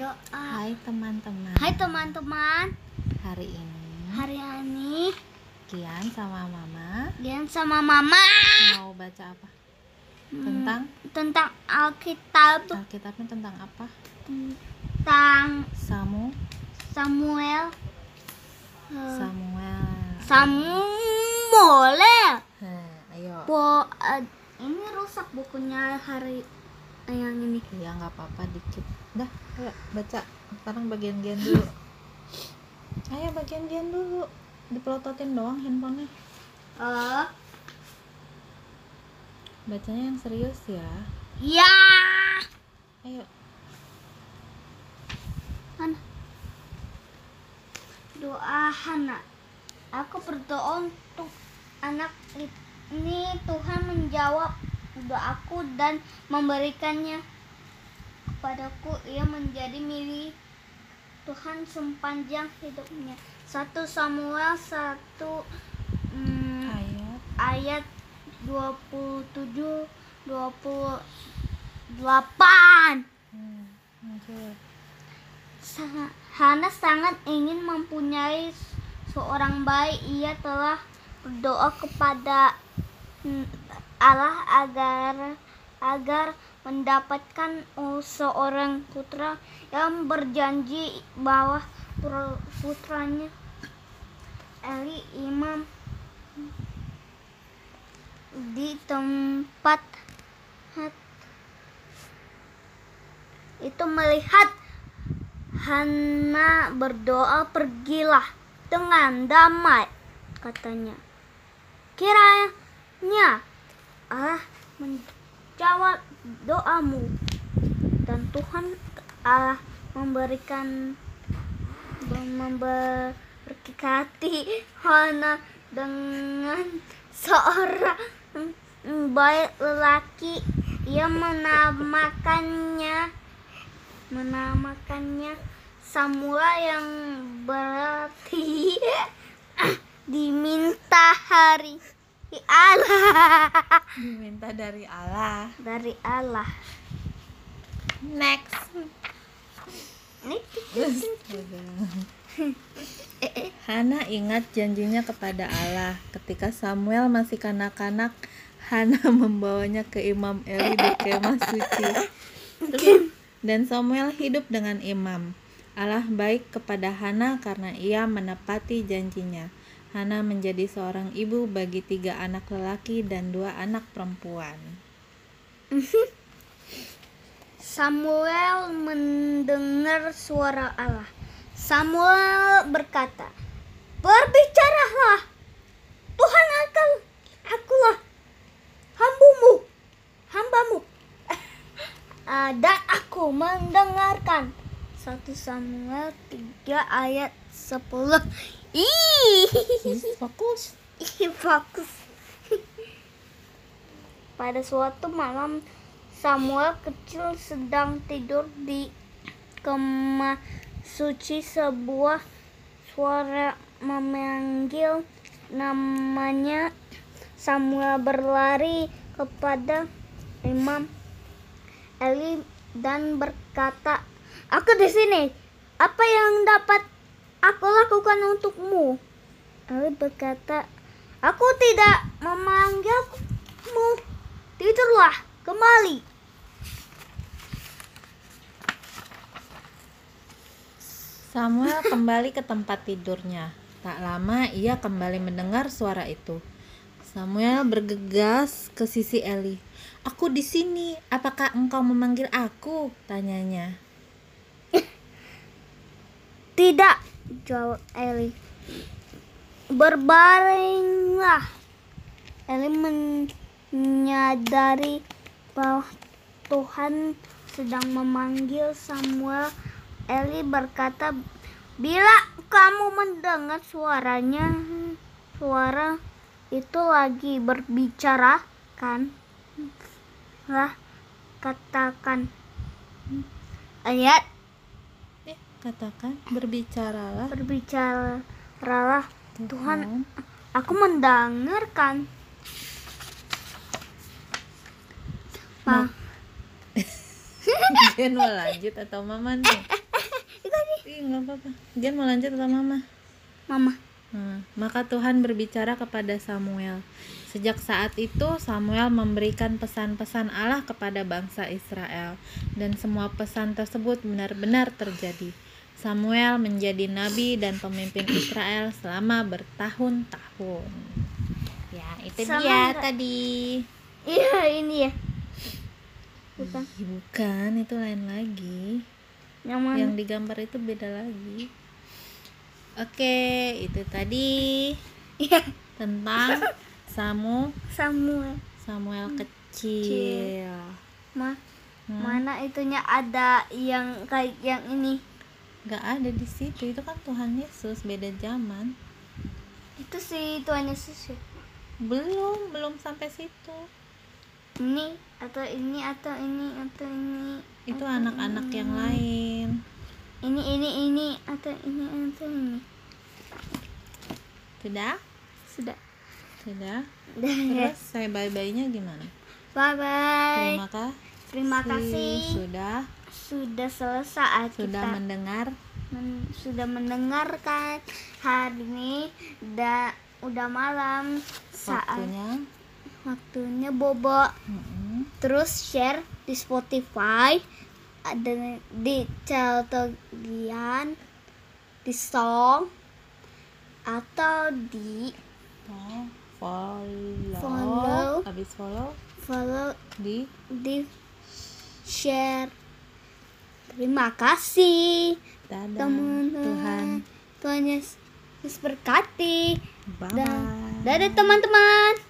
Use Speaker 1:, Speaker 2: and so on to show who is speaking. Speaker 1: Hai teman-teman.
Speaker 2: Hai teman-teman,
Speaker 1: Hari ini
Speaker 2: hari ini
Speaker 1: Kian sama Mama
Speaker 2: Gian sama Mama
Speaker 1: mau baca apa?
Speaker 2: hmm,
Speaker 1: Tentang
Speaker 2: tentang Alkitab,
Speaker 1: Alkitabnya tentang apa?
Speaker 2: tentang
Speaker 1: Samu,
Speaker 2: Samuel, eh,
Speaker 1: Samuel.
Speaker 2: Samuel.
Speaker 1: Hah, ayo.
Speaker 2: Bo, eh, ini rusak bukunya hari eh, yang ini.
Speaker 1: Ya nggak apa-apa dikit. Dah, ayo baca. Sekarang bagian Gian dulu. Ayo bagian Gian dulu. Dipelototin doang handphonenya.
Speaker 2: Eh,
Speaker 1: Bacanya yang serius ya.
Speaker 2: ya,
Speaker 1: Ayo.
Speaker 2: Hana. doa Hana. Aku berdoa untuk anak ini Tuhan menjawab doaku dan memberikannya kepadaku ia menjadi milik Tuhan sepanjang hidupnya 1 Samuel 1 mm,
Speaker 1: Ayat.
Speaker 2: ayat 27 28
Speaker 1: Hmm, oke.
Speaker 2: Sa- Hana sangat ingin mempunyai seorang bayi. Ia telah berdoa kepada mm, Allah agar agar mendapatkan uh, seorang putra yang berjanji bahwa pur- putranya Eli Imam di tempat itu melihat Hana berdoa pergilah dengan damai katanya kiranya Allah menjawab doamu dan Tuhan Allah memberikan memberkati Hana dengan seorang baik lelaki ia menamakannya menamakannya Samuel yang berarti diminta hari Allah
Speaker 1: Diminta dari Allah.
Speaker 2: dari Allah.
Speaker 1: Next.
Speaker 2: Ini
Speaker 1: Hana ingat janjinya kepada Allah ketika Samuel masih kanak-kanak. Hana membawanya ke Imam Eli di kemah suci. Terus, Dan Samuel hidup dengan Imam. Allah baik kepada Hana karena ia menepati janjinya. Hana menjadi seorang ibu bagi tiga anak lelaki dan dua anak perempuan.
Speaker 2: Samuel mendengar suara Allah. Samuel berkata, "Berbicaralah, Tuhan akan akulah hambamu, hambamu, Eh, dan aku mendengarkan." 1 Samuel 3 ayat 10 Ih.
Speaker 1: Fokus.
Speaker 2: Ih, fokus. Pada suatu malam, Samuel kecil sedang tidur di kemah suci sebuah suara memanggil namanya Samuel berlari kepada Imam Eli dan berkata, "Aku di sini. Apa yang dapat aku lakukan untukmu?" Eli berkata, "Aku tidak memanggilmu. Tidurlah kembali."
Speaker 1: Samuel kembali ke tempat tidurnya. Tak lama ia kembali mendengar suara itu. Samuel bergegas ke sisi Eli. "Aku di sini. Apakah engkau memanggil aku?" tanyanya.
Speaker 2: "Tidak," jawab Eli. "Berbaringlah." Eli menyadari bahwa Tuhan sedang memanggil Samuel. Eli berkata, "Bila kamu mendengar suaranya, suara itu lagi berbicara, kan? Lah, katakan ayat
Speaker 1: Eh, katakan, "Berbicaralah."
Speaker 2: berbicaralah Tuhan, aku mendengarkan. Ma,
Speaker 1: Jen mau lanjut atau Mama nih?
Speaker 2: kan
Speaker 1: Ih, nggak apa-apa. Gian mau lanjut atau Mama?
Speaker 2: Mama.
Speaker 1: Nah, maka Tuhan berbicara kepada Samuel. Sejak saat itu, Samuel memberikan pesan-pesan Allah kepada bangsa Israel, dan semua pesan tersebut benar-benar terjadi. Samuel menjadi nabi dan pemimpin Israel selama bertahun-tahun. Ya, itu
Speaker 2: Sama
Speaker 1: dia
Speaker 2: nggak?
Speaker 1: tadi.
Speaker 2: Iya ini ya. Bukan.
Speaker 1: Ih, bukan, itu lain lagi.
Speaker 2: Yang mana?
Speaker 1: Yang digambar itu beda lagi. Oke, itu tadi
Speaker 2: Iya.
Speaker 1: tentang Samu
Speaker 2: Samuel.
Speaker 1: Samuel kecil.
Speaker 2: Ma,
Speaker 1: Hmm.
Speaker 2: mana itunya ada yang kayak yang ini?
Speaker 1: Gak ada di situ. Itu kan Tuhan Yesus beda zaman.
Speaker 2: Itu si Tuhan Yesus ya?
Speaker 1: Belum, belum sampai situ.
Speaker 2: Ini atau ini atau ini atau ini.
Speaker 1: Itu
Speaker 2: atau
Speaker 1: anak-anak
Speaker 2: ini.
Speaker 1: yang lain.
Speaker 2: Ini ini ini atau ini atau ini.
Speaker 1: Sudah?
Speaker 2: Sudah.
Speaker 1: Sudah.
Speaker 2: Udah ya.
Speaker 1: Terus saya bye-bye-nya gimana?
Speaker 2: Bye bye.
Speaker 1: Terima kasih.
Speaker 2: Terima kasih
Speaker 1: Sudah
Speaker 2: sudah selesai
Speaker 1: sudah
Speaker 2: kita.
Speaker 1: mendengar.
Speaker 2: men- sudah mendengarkan hari ini da, udah malam saat
Speaker 1: Waktunya.
Speaker 2: waktunya bobo
Speaker 1: Mm-mm.
Speaker 2: terus share di Spotify ada di Celtogian di Song atau di
Speaker 1: Oh, Follow.
Speaker 2: Follow.
Speaker 1: Habis follow
Speaker 2: follow
Speaker 1: di
Speaker 2: di share terima kasih
Speaker 1: dadah Tuhan.
Speaker 2: teman-teman Tuhan Yesus berkati
Speaker 1: Bye.
Speaker 2: dan dadah teman-teman